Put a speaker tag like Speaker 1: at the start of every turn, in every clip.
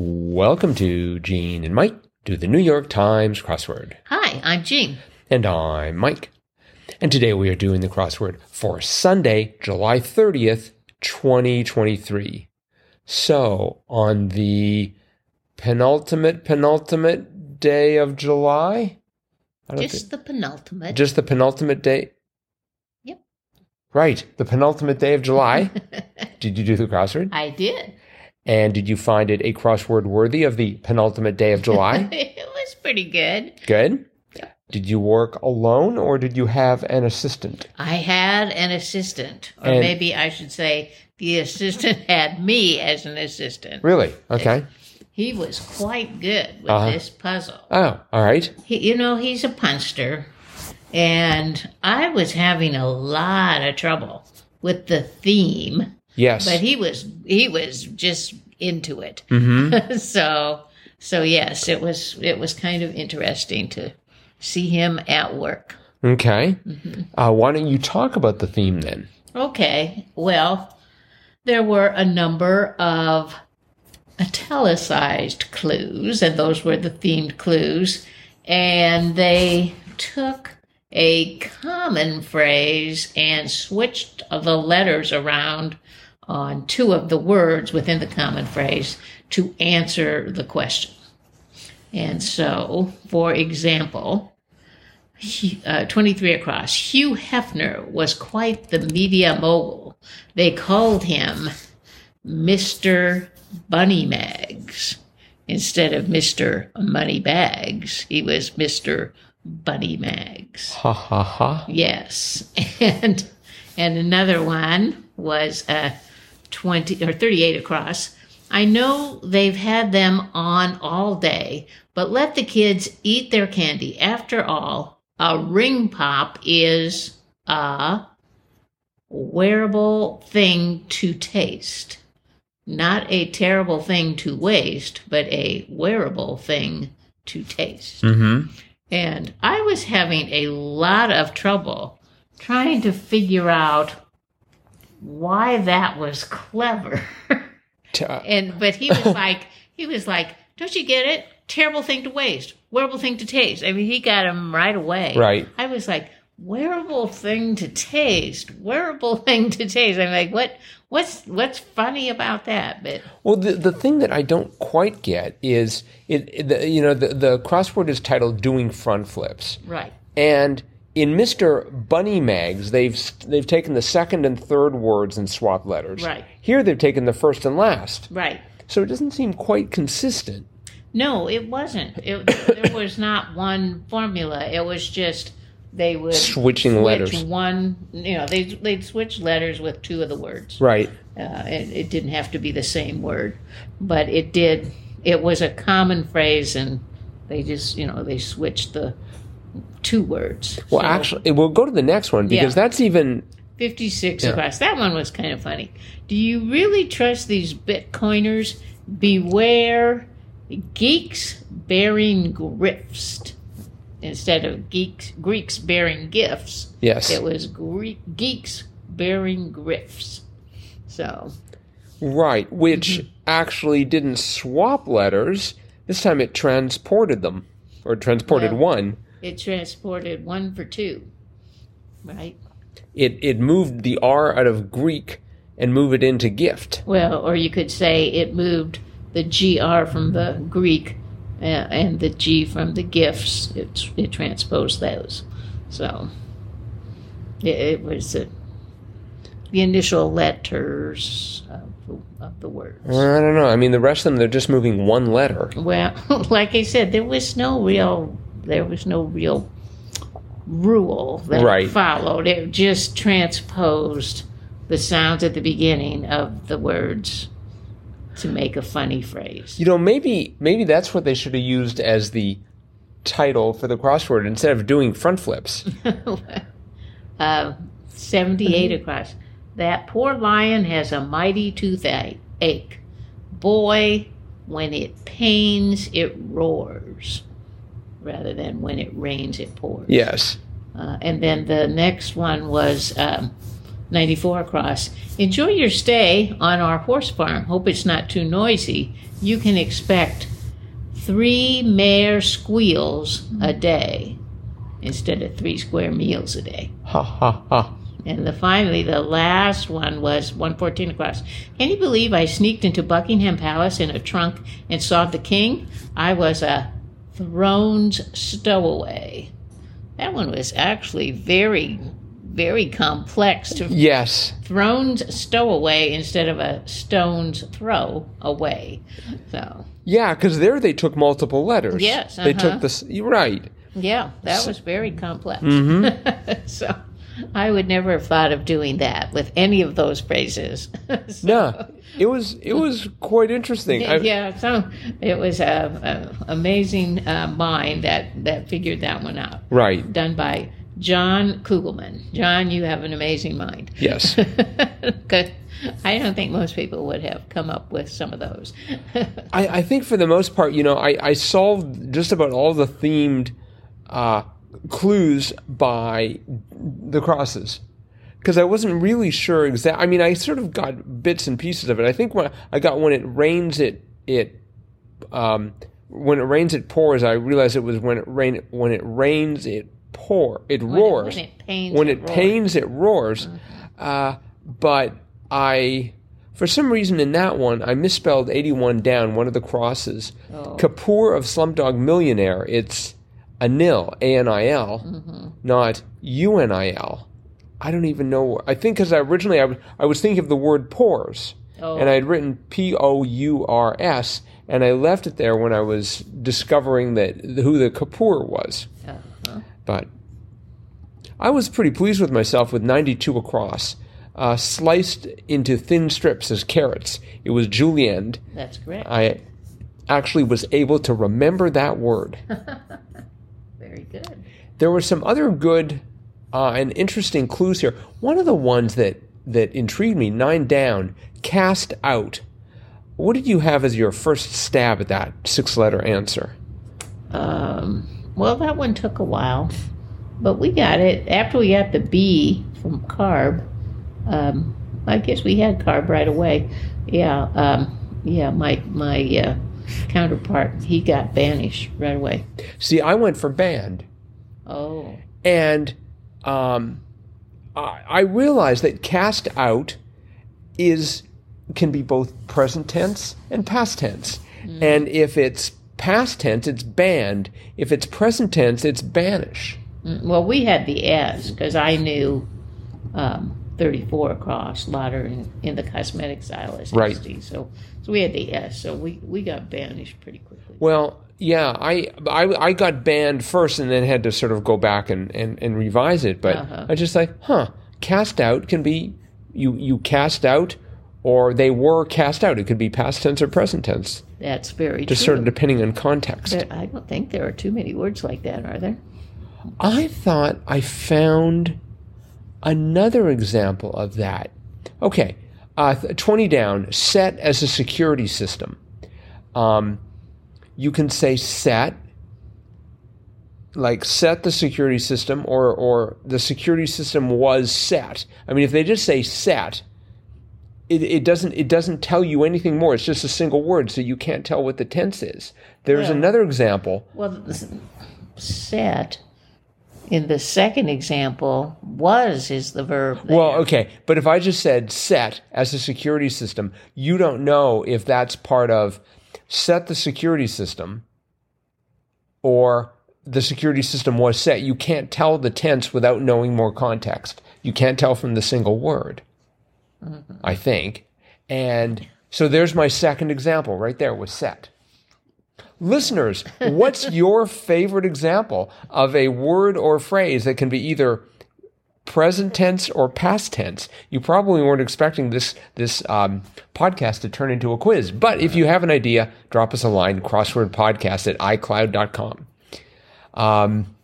Speaker 1: Welcome to Gene and Mike do the New York Times crossword.
Speaker 2: Hi, I'm Jean.
Speaker 1: And I'm Mike. And today we are doing the crossword for Sunday, July 30th, 2023. So, on the penultimate, penultimate day of July? I don't
Speaker 2: Just the
Speaker 1: thi-
Speaker 2: penultimate.
Speaker 1: just the penultimate day.
Speaker 2: Yep.
Speaker 1: Right, the penultimate day of July. did you do the crossword?
Speaker 2: I did.
Speaker 1: And did you find it a crossword worthy of the penultimate day of July?
Speaker 2: it was pretty good.
Speaker 1: Good. Did you work alone or did you have an assistant?
Speaker 2: I had an assistant, or
Speaker 1: And-
Speaker 2: maybe I should say the assistant had me as an assistant.
Speaker 1: Really? Okay.
Speaker 2: He was quite good with
Speaker 1: Uh-huh.
Speaker 2: this puzzle.
Speaker 1: Oh, all right.
Speaker 2: He, you know, he's a punster, and I was having a lot of trouble with the theme.
Speaker 1: Yes.
Speaker 2: but he was he was just into it
Speaker 1: hmm
Speaker 2: so so yes it was it was kind of interesting to see him at work
Speaker 1: Okay.
Speaker 2: Mm-hmm.
Speaker 1: Uh, why don't you talk about the theme then?
Speaker 2: okay well there were a number of italicized clues and those were the themed clues and they took a common phrase and switched the letters around on two of the words within the common phrase to answer the question. And so, for example, he- uh, 23 across, Hugh Hefner was quite the media mogul. They called him Mr. Bunny Mags instead of Mr. Money Bags. He was Mr. Bunny Mags.
Speaker 1: Ha ha ha.
Speaker 2: Yes, and and another one was uh, twenty or thirty-eight across. I know they've had them on all day, but let the kids eat their candy. After all, a ring pop is a wearable thing to taste, not a terrible thing to waste, but a wearable thing to taste.
Speaker 1: Mm-hmm.
Speaker 2: And I was having a lot of trouble trying to figure out why that was clever.
Speaker 1: uh,
Speaker 2: and but he was like he was like, "Don't you get it? Terrible thing to waste, wearable thing to taste." I mean, he got him right away.
Speaker 1: Right.
Speaker 2: I was like, "Wearable thing to taste, wearable thing to taste." I'm like, "What what's what's funny about that?" But
Speaker 1: well, the, the thing that I don't quite get is it, it the, you know the, the crossword is titled "Doing Front Flips,"
Speaker 2: right.
Speaker 1: and in Mister Bunny Mags, they've they've taken the second and third words and swapped letters.
Speaker 2: Right.
Speaker 1: Here, they've taken the first and last,
Speaker 2: Right.
Speaker 1: so it doesn't seem quite consistent.
Speaker 2: No, it wasn't. It, there was not one formula. It was just they would
Speaker 1: Switching
Speaker 2: switch
Speaker 1: letters.
Speaker 2: One, you know, they they'd switch letters with two of the words.
Speaker 1: Right.
Speaker 2: Uh, it, it didn't have to be the same word, but it did. It was a common phrase, and they just you know they switched the two words.
Speaker 1: Well,
Speaker 2: So-
Speaker 1: actually, we'll go to the next one because
Speaker 2: Yeah.
Speaker 1: that's even
Speaker 2: 56 across. That one was kind of funny. Do you really trust these Bitcoiners? Beware geeks bearing grifts instead of geeks Greeks bearing gifts.
Speaker 1: yes.
Speaker 2: It was Greek, geeks bearing grifts. So
Speaker 1: Right, which
Speaker 2: Mm-hmm.
Speaker 1: actually didn't swap letters. This time it transported them, or transported
Speaker 2: Well-
Speaker 1: one.
Speaker 2: it transported one for two, right?
Speaker 1: It it moved the R out of Greek and moved it into gift.
Speaker 2: Well, or you could say it moved the GR from the Greek uh, and the G from the gifts. It, it transposed those. So it, it was the the initial letters of the, of the words.
Speaker 1: I don't know. I mean, the rest of them they're just moving one letter.
Speaker 2: Well, like I said, there was no real there was no real rule that
Speaker 1: Right.
Speaker 2: followed. It just transposed the sounds at the beginning of the words to make a funny phrase.
Speaker 1: You know, maybe maybe that's what they should have used as the title for the crossword instead of doing front flips.
Speaker 2: uh, 78 across. That poor lion has a mighty toothache. ache. Boy, when it pains, it roars. Rather than when it rains, it pours.
Speaker 1: yes.
Speaker 2: Uh, and then the next one was um, 94 across. Enjoy your stay on our horse farm. Hope it's not too noisy. You can expect three mare squeals a day instead of three square meals a day.
Speaker 1: Ha ha ha.
Speaker 2: And the, finally, the last one was 114 across. Can you believe I sneaked into Buckingham Palace in a trunk and saw the king? I was a Thrones stowaway. That one was actually very, very complex to
Speaker 1: Yes.
Speaker 2: Thrones stowaway instead of a stone's throw away. So,
Speaker 1: Yeah, because there they took multiple letters.
Speaker 2: Yes,
Speaker 1: They
Speaker 2: uh-huh.
Speaker 1: took this. You're right.
Speaker 2: yeah, that was very complex. so, I would never have thought of doing that with any of those phrases. So-
Speaker 1: Yeah. It was it was quite interesting. I-
Speaker 2: yeah, so it was a, a amazing uh, mind that that figured that one out.
Speaker 1: Right.
Speaker 2: Done by John Kugelman. John, you have an amazing mind.
Speaker 1: Yes.
Speaker 2: 'Cause I don't think most people would have come up with some of those.
Speaker 1: I, I think for the most part, you know, I, I solved just about all the themed uh, clues by the crosses because I wasn't really sure exact. I mean, I sort of got bits and pieces of it. I think when I got when it rains, it it um, when it rains, it pours. I realized it was when it rain when it rains, it pour it roars
Speaker 2: when it pains,
Speaker 1: when
Speaker 2: it
Speaker 1: it
Speaker 2: roars. Mm-hmm.
Speaker 1: pains it roars. Uh, but I, for some reason, in that one, I misspelled eighty-one down one of the crosses.
Speaker 2: Oh.
Speaker 1: Kapoor of Slumdog Millionaire. It's Anil, A N I
Speaker 2: Mm-hmm.
Speaker 1: L, not U N I L. I don't even know. I think because I originally I was- I was thinking of the word pores,
Speaker 2: Oh.
Speaker 1: and I had written P O U R S, and I left it there when I was discovering that who the Kapoor was.
Speaker 2: Uh-huh.
Speaker 1: But I was pretty pleased with myself with 92 across, uh, sliced into thin strips as carrots. It was julienne.
Speaker 2: That's correct.
Speaker 1: I actually was able to remember that word.
Speaker 2: Very good.
Speaker 1: there were some other good uh, and interesting clues here. One of the ones that that intrigued me, nine down, cast out. What did you have as your first stab at that six-letter answer?
Speaker 2: Um, well, that one took a while, but we got it after we got the B from carb. Um, I guess we had carb right away. Yeah, um, yeah. My my uh, counterpart, he got banished right away.
Speaker 1: See, I went for band.
Speaker 2: Oh,
Speaker 1: and um, I, I realize that cast out is can be both present tense and past tense. And if it's past tense, it's banned. If it's present tense, it's banish.
Speaker 2: Mm, well, we had the S because I knew um, 34 across Lauder in, in the cosmetics aisle as
Speaker 1: Right.
Speaker 2: SD. So so we had the S. So we we got banished pretty quickly.
Speaker 1: Well, yeah, I, I I got banned first, and then had to sort of go back and and, and revise it. But
Speaker 2: Uh-huh.
Speaker 1: I just like, huh, cast out can be you you cast out, or they were cast out. It could be past tense or present tense,
Speaker 2: That's very
Speaker 1: just
Speaker 2: true.
Speaker 1: sort of depending on context.
Speaker 2: There- I don't think there are too many words like that, are there?
Speaker 1: I thought I found another example of that. Okay, uh, th- 20 down, set as a security system. Um, you can say set, like set the security system, or, or the security system was set. I mean, if they just say set, it, it doesn't it doesn't tell you anything more. It's just a single word, so you can't tell what the tense is. There's
Speaker 2: Yeah.
Speaker 1: another example.
Speaker 2: Well, the set in the second example was is the verb. there.
Speaker 1: Well, okay, but if I just said set as a security system, you don't know if that's part of set the security system or the security system was set. You can't tell the tense without knowing more context. You can't tell from the single word, I think. And so there's my second example right there with set. Listeners, what's your favorite example of a word or phrase that can be either present tense or past tense. You probably weren't expecting this this um, podcast to turn into a quiz, but if you have an idea, drop us a line crosswordpodcast at iCloud.com. Um,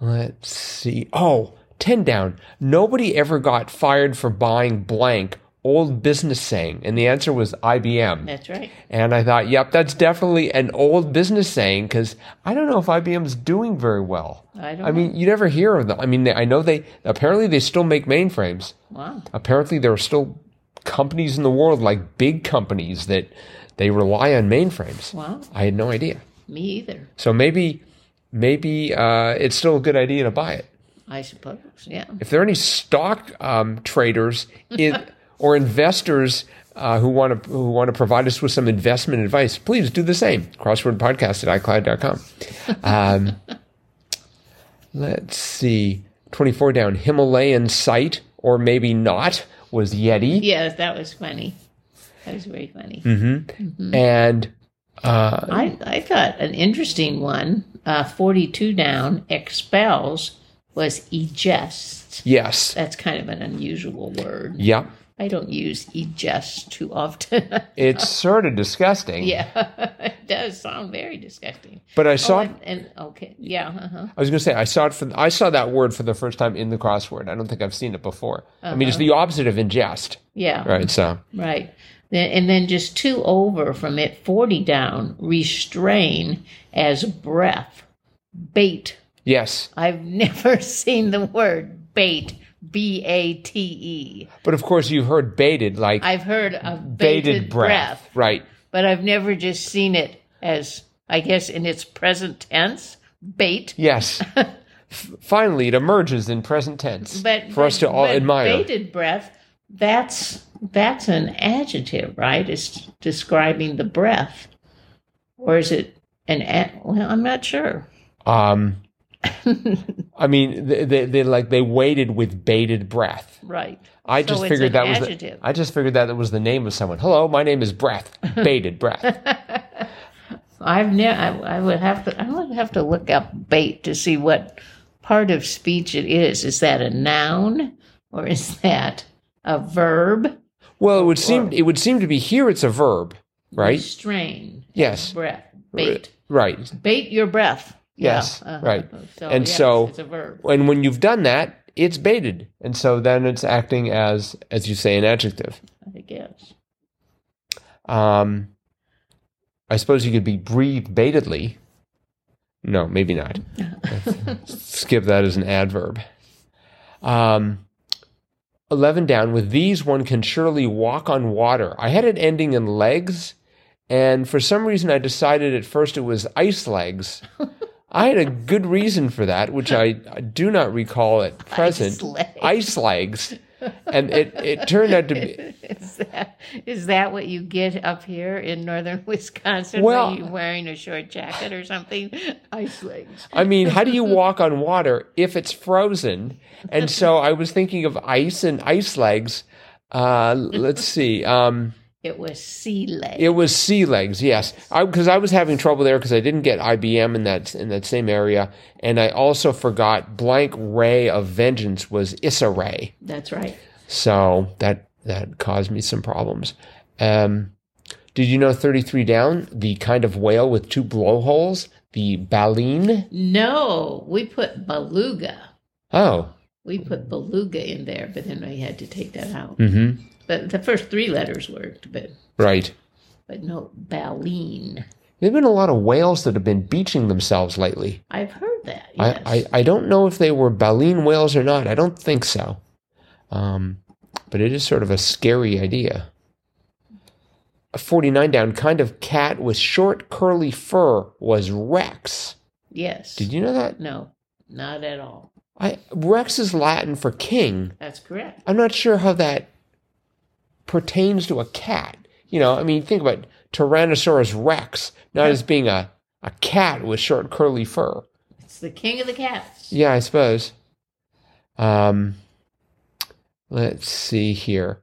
Speaker 1: let's see. Oh, 10 down. Nobody ever got fired for buying blank old business saying, and the answer was IBM.
Speaker 2: That's right.
Speaker 1: And I thought, yep, that's definitely an old business saying because I don't know if IBM's doing very well.
Speaker 2: I don't
Speaker 1: I mean, you never hear of them. I mean, they, I know they apparently they still make mainframes.
Speaker 2: Wow.
Speaker 1: Apparently, there are still companies in the world, like big companies, that they rely on mainframes.
Speaker 2: Wow.
Speaker 1: I had no idea.
Speaker 2: Me either.
Speaker 1: So maybe, maybe uh, it's still a good idea to buy it.
Speaker 2: I suppose. Yeah.
Speaker 1: If there are any stock um, traders in, or investors uh, who want to who want to provide us with some investment advice, please do the same. Crossword podcast at iCloud.com. Um, let's see, twenty four down. Himalayan site or maybe not was Yeti.
Speaker 2: Yes, that was funny. That was very funny.
Speaker 1: Hmm. and
Speaker 2: I, I thought an interesting one, uh, 42 down, expels was egest.
Speaker 1: yes,
Speaker 2: That's kind of an unusual word.
Speaker 1: yeah,
Speaker 2: I don't use egest too often.
Speaker 1: it's sort of disgusting.
Speaker 2: yeah, it does sound very disgusting.
Speaker 1: But I saw
Speaker 2: Oh,
Speaker 1: it.
Speaker 2: and, and okay, yeah, uh-huh.
Speaker 1: I was going to say I saw it for I saw that word for the first time in the crossword. I don't think I've seen it before. I mean, it's the opposite of ingest,
Speaker 2: yeah, right.
Speaker 1: right? So
Speaker 2: Then, and then just two over from it, 40 down, restrain as breath, bait.
Speaker 1: yes,
Speaker 2: I've never seen the word bait, B A T E.
Speaker 1: but of course you've heard baited like
Speaker 2: I've heard of
Speaker 1: baited,
Speaker 2: bated, breath,
Speaker 1: right?
Speaker 2: but I've never just seen it as, I guess, in its present tense, bait.
Speaker 1: Yes. F- Finally, it emerges in present tense
Speaker 2: But
Speaker 1: for us to all
Speaker 2: but
Speaker 1: admire.
Speaker 2: Bated breath. That's that's an adjective, right? It's describing the breath, or is it an? A- well, I'm not sure.
Speaker 1: Um, I mean, they, they, they like they waited with bated breath.
Speaker 2: Right.
Speaker 1: I
Speaker 2: So
Speaker 1: just
Speaker 2: it's
Speaker 1: figured
Speaker 2: an
Speaker 1: that was the,
Speaker 2: adjective.
Speaker 1: I just figured that was the name of someone. Hello, my name is Breath. Bated breath.
Speaker 2: I've never. I, I would have to. I would have to look up bait to see what part of speech it is. Is that a noun or is that a verb?
Speaker 1: Well, it would seem it would seem to be here. It's a verb, right?
Speaker 2: Strain
Speaker 1: Yes,
Speaker 2: breath. Bait.
Speaker 1: right.
Speaker 2: Bait your breath. Uh-huh.
Speaker 1: Yes, right. And
Speaker 2: yes,
Speaker 1: so-
Speaker 2: it's a verb.
Speaker 1: And when you've done that, it's baited, and so then it's acting as, as you say, an adjective.
Speaker 2: I guess.
Speaker 1: Um, I suppose you could be breathe baitedly. No, maybe not. Skip that as an adverb. Um, 11 down. With these, one can surely walk on water. I had it ending in legs, and for some reason, I decided at first it was ice legs. I had a good reason for that, which I, I do not recall at present.
Speaker 2: legs.
Speaker 1: Ice legs. And it, it turned out to be.
Speaker 2: Is that, is that what you get up here in northern Wisconsin?
Speaker 1: Well-
Speaker 2: Are you wearing a short jacket or something? Ice legs.
Speaker 1: I mean, how do you walk on water if it's frozen? And so I was thinking of ice and ice legs. Uh, let's see. Um,
Speaker 2: It was sea legs.
Speaker 1: it was sea legs, yes, because I, was having trouble there because I didn't get IBM in that in that same area, and I also forgot blank ray of vengeance was Issa Ray,
Speaker 2: That's right.
Speaker 1: so that that caused me some problems. Um, did you know thirty three down the kind of whale with two blowholes, the baleen?
Speaker 2: No, we put beluga.
Speaker 1: Oh,
Speaker 2: We put beluga in there, but then I had to take that out.
Speaker 1: mm-hmm.
Speaker 2: But the first three letters worked, but
Speaker 1: right.
Speaker 2: but no baleen.
Speaker 1: There have been a lot of whales that have been beaching themselves lately.
Speaker 2: I've heard that. Yes.
Speaker 1: I, I, I don't know if they were baleen whales or not. I don't think so. Um, but it is sort of a scary idea. A 49 down kind of cat with short curly fur was Rex.
Speaker 2: yes.
Speaker 1: Did you know that?
Speaker 2: No, not at all.
Speaker 1: I, Rex is Latin for king.
Speaker 2: That's correct.
Speaker 1: I'm not sure how that pertains to a cat. You know, I mean, think about Tyrannosaurus Rex, not as being a, a cat with short curly fur.
Speaker 2: It's the king of the cats.
Speaker 1: Yeah, I suppose. Um, let's see here.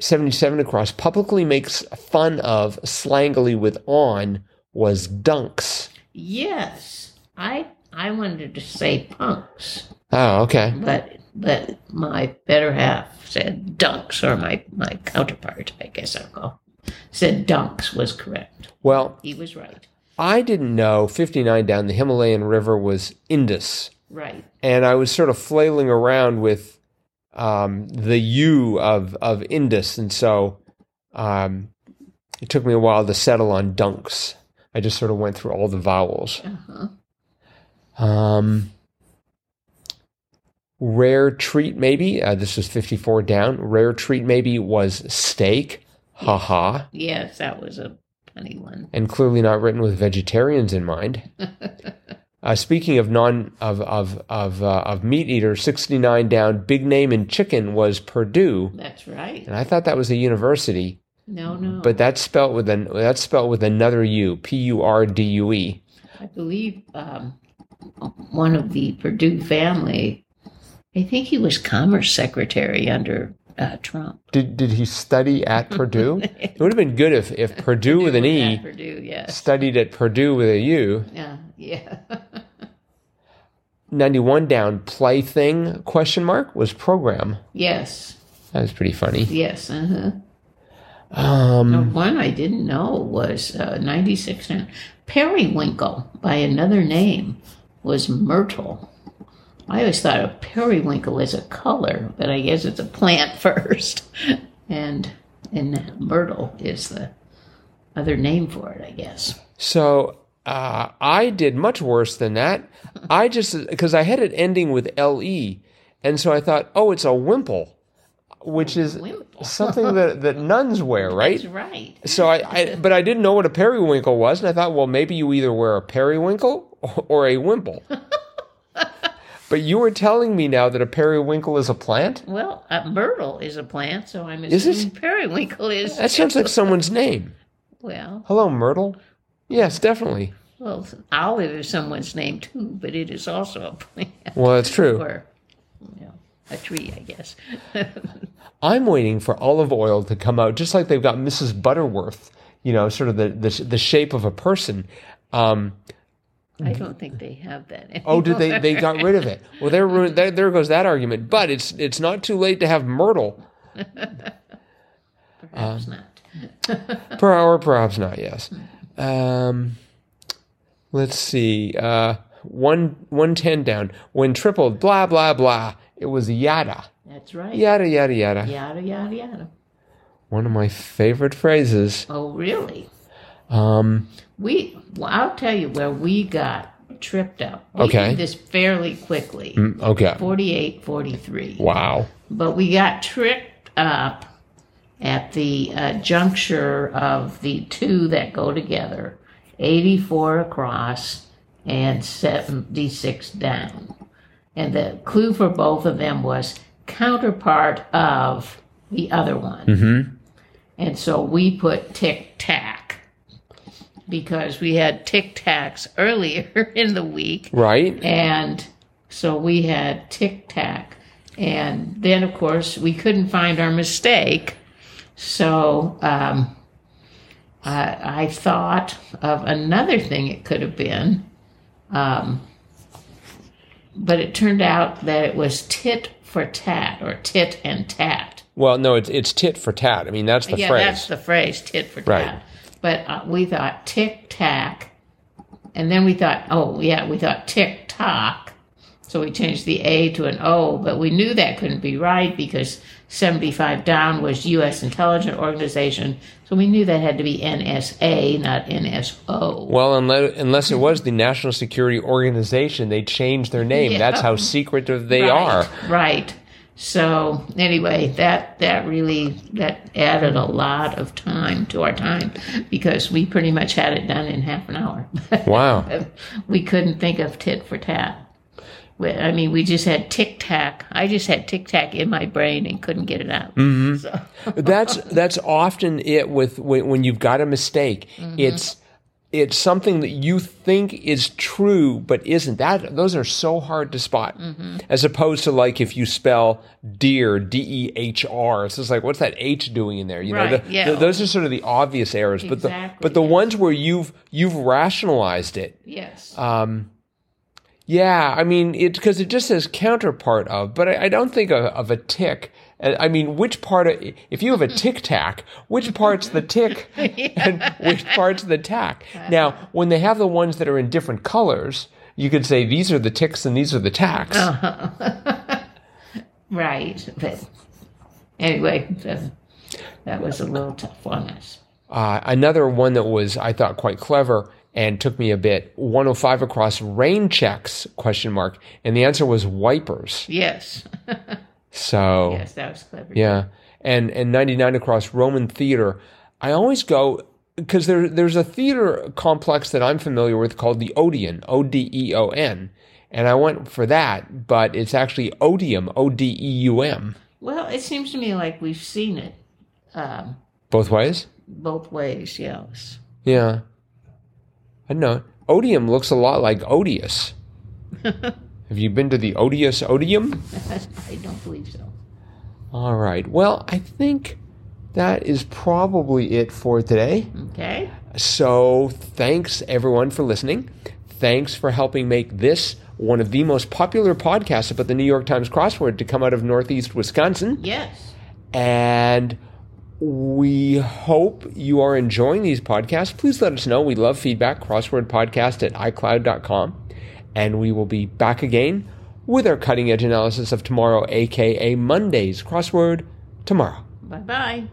Speaker 1: 77 across publicly makes fun of slangily with on was dunks.
Speaker 2: Yes, I I wanted to say punks,
Speaker 1: Oh, okay.
Speaker 2: but but my better half said dunks, or my my counterpart, I guess I'll call, said dunks was correct.
Speaker 1: Well,
Speaker 2: He was right.
Speaker 1: I didn't know 59 down the Himalayan River was Indus.
Speaker 2: Right.
Speaker 1: and I was sort of flailing around with um, the U of of Indus, and so um, it took me a while to settle on dunks. I just sort of went through all the vowels.
Speaker 2: Uh-huh.
Speaker 1: Um, rare treat, maybe. Uh, this is 54 down. Rare treat, maybe, was steak. Ha ha.
Speaker 2: Yes, that was a funny one.
Speaker 1: And clearly not written with vegetarians in mind. uh, speaking of non of of of uh, of meat eaters, 69 down. Big name in chicken was Purdue,
Speaker 2: That's right.
Speaker 1: and I thought that was a university,
Speaker 2: No, no.
Speaker 1: but that's spelled with an that's spelled with another U. P U R D U E.
Speaker 2: I believe um, one of the Purdue family, I think he was commerce secretary under uh, Trump.
Speaker 1: Did did he study at Purdue? it would have been good if if Purdue with an E.
Speaker 2: At Purdue, yes.
Speaker 1: studied at Purdue with a U.
Speaker 2: Yeah, yeah.
Speaker 1: 91 down plaything question mark was program.
Speaker 2: yes,
Speaker 1: That was pretty funny.
Speaker 2: yes. Uh-huh.
Speaker 1: Um,
Speaker 2: The one I didn't know was uh, 96 now. Periwinkle, by another name, was myrtle. I always thought of periwinkle as a color, but I guess it's a plant first. and and myrtle is the other name for it, I guess.
Speaker 1: so uh, I did much worse than that. I just because I had it ending with le, and so I thought, oh, it's a wimple, which is
Speaker 2: Wimple.
Speaker 1: something that that nuns wear, right?
Speaker 2: That's right.
Speaker 1: So I, I, but I didn't know what a periwinkle was, and I thought, well, maybe you either wear a periwinkle or, or a wimple. but you were telling me now that a periwinkle is a plant.
Speaker 2: Well, uh, myrtle is a plant, so I'm
Speaker 1: Is it?
Speaker 2: assuming periwinkle is.
Speaker 1: That sounds like someone's name.
Speaker 2: well,
Speaker 1: Hello, Myrtle. Yes, definitely.
Speaker 2: well, olive is someone's name too, but it is also a plant.
Speaker 1: Well, that's true.
Speaker 2: or you know, a tree, I guess.
Speaker 1: I'm waiting for olive oil to come out, just like they've got Mrs. Butterworth. You know, sort of the the, the shape of a person. Um,
Speaker 2: I don't think they have that. Anymore.
Speaker 1: Mm-hmm. oh, did they? They got rid of it. Well, they're ruined. There, there goes that argument. But it's it's not too late to have Myrtle.
Speaker 2: Perhaps
Speaker 1: um,
Speaker 2: not.
Speaker 1: per hour, perhaps not. Yes. Um, let's see. Uh, one one ten down. When tripled, blah blah blah. It was yada
Speaker 2: That's right.
Speaker 1: yada yada yada.
Speaker 2: Yada yada yada.
Speaker 1: One of my favorite phrases.
Speaker 2: Oh, really?
Speaker 1: Um,
Speaker 2: We. Well, I'll tell you where we got tripped up. We
Speaker 1: Okay.
Speaker 2: Did this fairly quickly.
Speaker 1: mm, okay.
Speaker 2: Forty-eight, forty-three.
Speaker 1: Wow.
Speaker 2: But we got tripped up at the uh, juncture of the two that go together 84 across and 76 down. And the clue for both of them was counterpart of the other one. And so we put tic tac because we had tic tacs earlier in the week
Speaker 1: Right.
Speaker 2: and so we had tic tac. And then, of course, we couldn't find our mistake. So um, I, I thought of another thing it could have been. Um, but it turned out that it was tit for tat or tit and tat.
Speaker 1: Well, no, it's it's tit for tat. I mean, that's the
Speaker 2: yeah,
Speaker 1: phrase.
Speaker 2: that's the phrase tit for tat.
Speaker 1: Right.
Speaker 2: But uh, we thought tic tac. And then we thought, oh, yeah, we thought tick tock. So we changed the A to an O, but we knew that couldn't be right because 75 down was U.S. intelligence organization. So we knew that had to be NSA, not NSO.
Speaker 1: well, unless unless it was the National Security Organization, they changed their name.
Speaker 2: Yeah.
Speaker 1: That's how secretive they are.
Speaker 2: right, Right. So anyway, that that really that added a lot of time to our time because we pretty much had it done in half an hour.
Speaker 1: Wow.
Speaker 2: we couldn't think of tit for tat. We- I mean, we just had tic tac. I just had tic tac in my brain and couldn't get it out. So,
Speaker 1: that's that's often it with when, when you've got a mistake
Speaker 2: Mm-hmm.
Speaker 1: it's it's something that you think is true but isn't that those are so hard to spot
Speaker 2: Mm-hmm.
Speaker 1: as opposed to like if you spell deer d-e-h-r it's just like what's that h doing in there you know
Speaker 2: Right,
Speaker 1: the,
Speaker 2: yeah.
Speaker 1: th- those are sort of the obvious errors but the
Speaker 2: Exactly,
Speaker 1: but the
Speaker 2: yes.
Speaker 1: ones where you've you've rationalized it
Speaker 2: yes.
Speaker 1: yeah, I mean, it because it just says counterpart of, but I, I don't think of, of a tick. Uh, I mean, which part of if you have a tic tac, which part's the tick and which part's the tack? Now, when they have the ones that are in different colors, you could say these are the ticks and these are the tacks.
Speaker 2: right. But anyway, the, that was a little tough on us.
Speaker 1: Uh, another one that was, I thought, quite clever and took me a bit. 105 across rain checks question mark, and the answer was wipers.
Speaker 2: Yes.
Speaker 1: So
Speaker 2: Yes, that was clever.
Speaker 1: yeah, and and 99 across Roman theater. I always go because there there's a theater complex that I'm familiar with called the Odeon, O D E O N, and I went for that, but it's actually Odeum, O D E U M,
Speaker 2: Well, it seems to me like we've seen it um,
Speaker 1: both ways.
Speaker 2: both ways. Yes.
Speaker 1: Yeah. I don't know. Odium looks a lot like odious. Have you been to the odious odium?
Speaker 2: I don't believe so.
Speaker 1: All right. Well, I think that is probably it for today.
Speaker 2: Okay.
Speaker 1: So, thanks everyone for listening. Thanks for helping make this one of the most popular podcasts about the New York Times crossword to come out of Northeast Wisconsin.
Speaker 2: Yes.
Speaker 1: And we hope you are enjoying these podcasts. Please let us know. We love feedback. Crosswordpodcast at iCloud.com. And we will be back again with our cutting edge analysis of tomorrow, aka Monday's crossword tomorrow.
Speaker 2: Bye bye.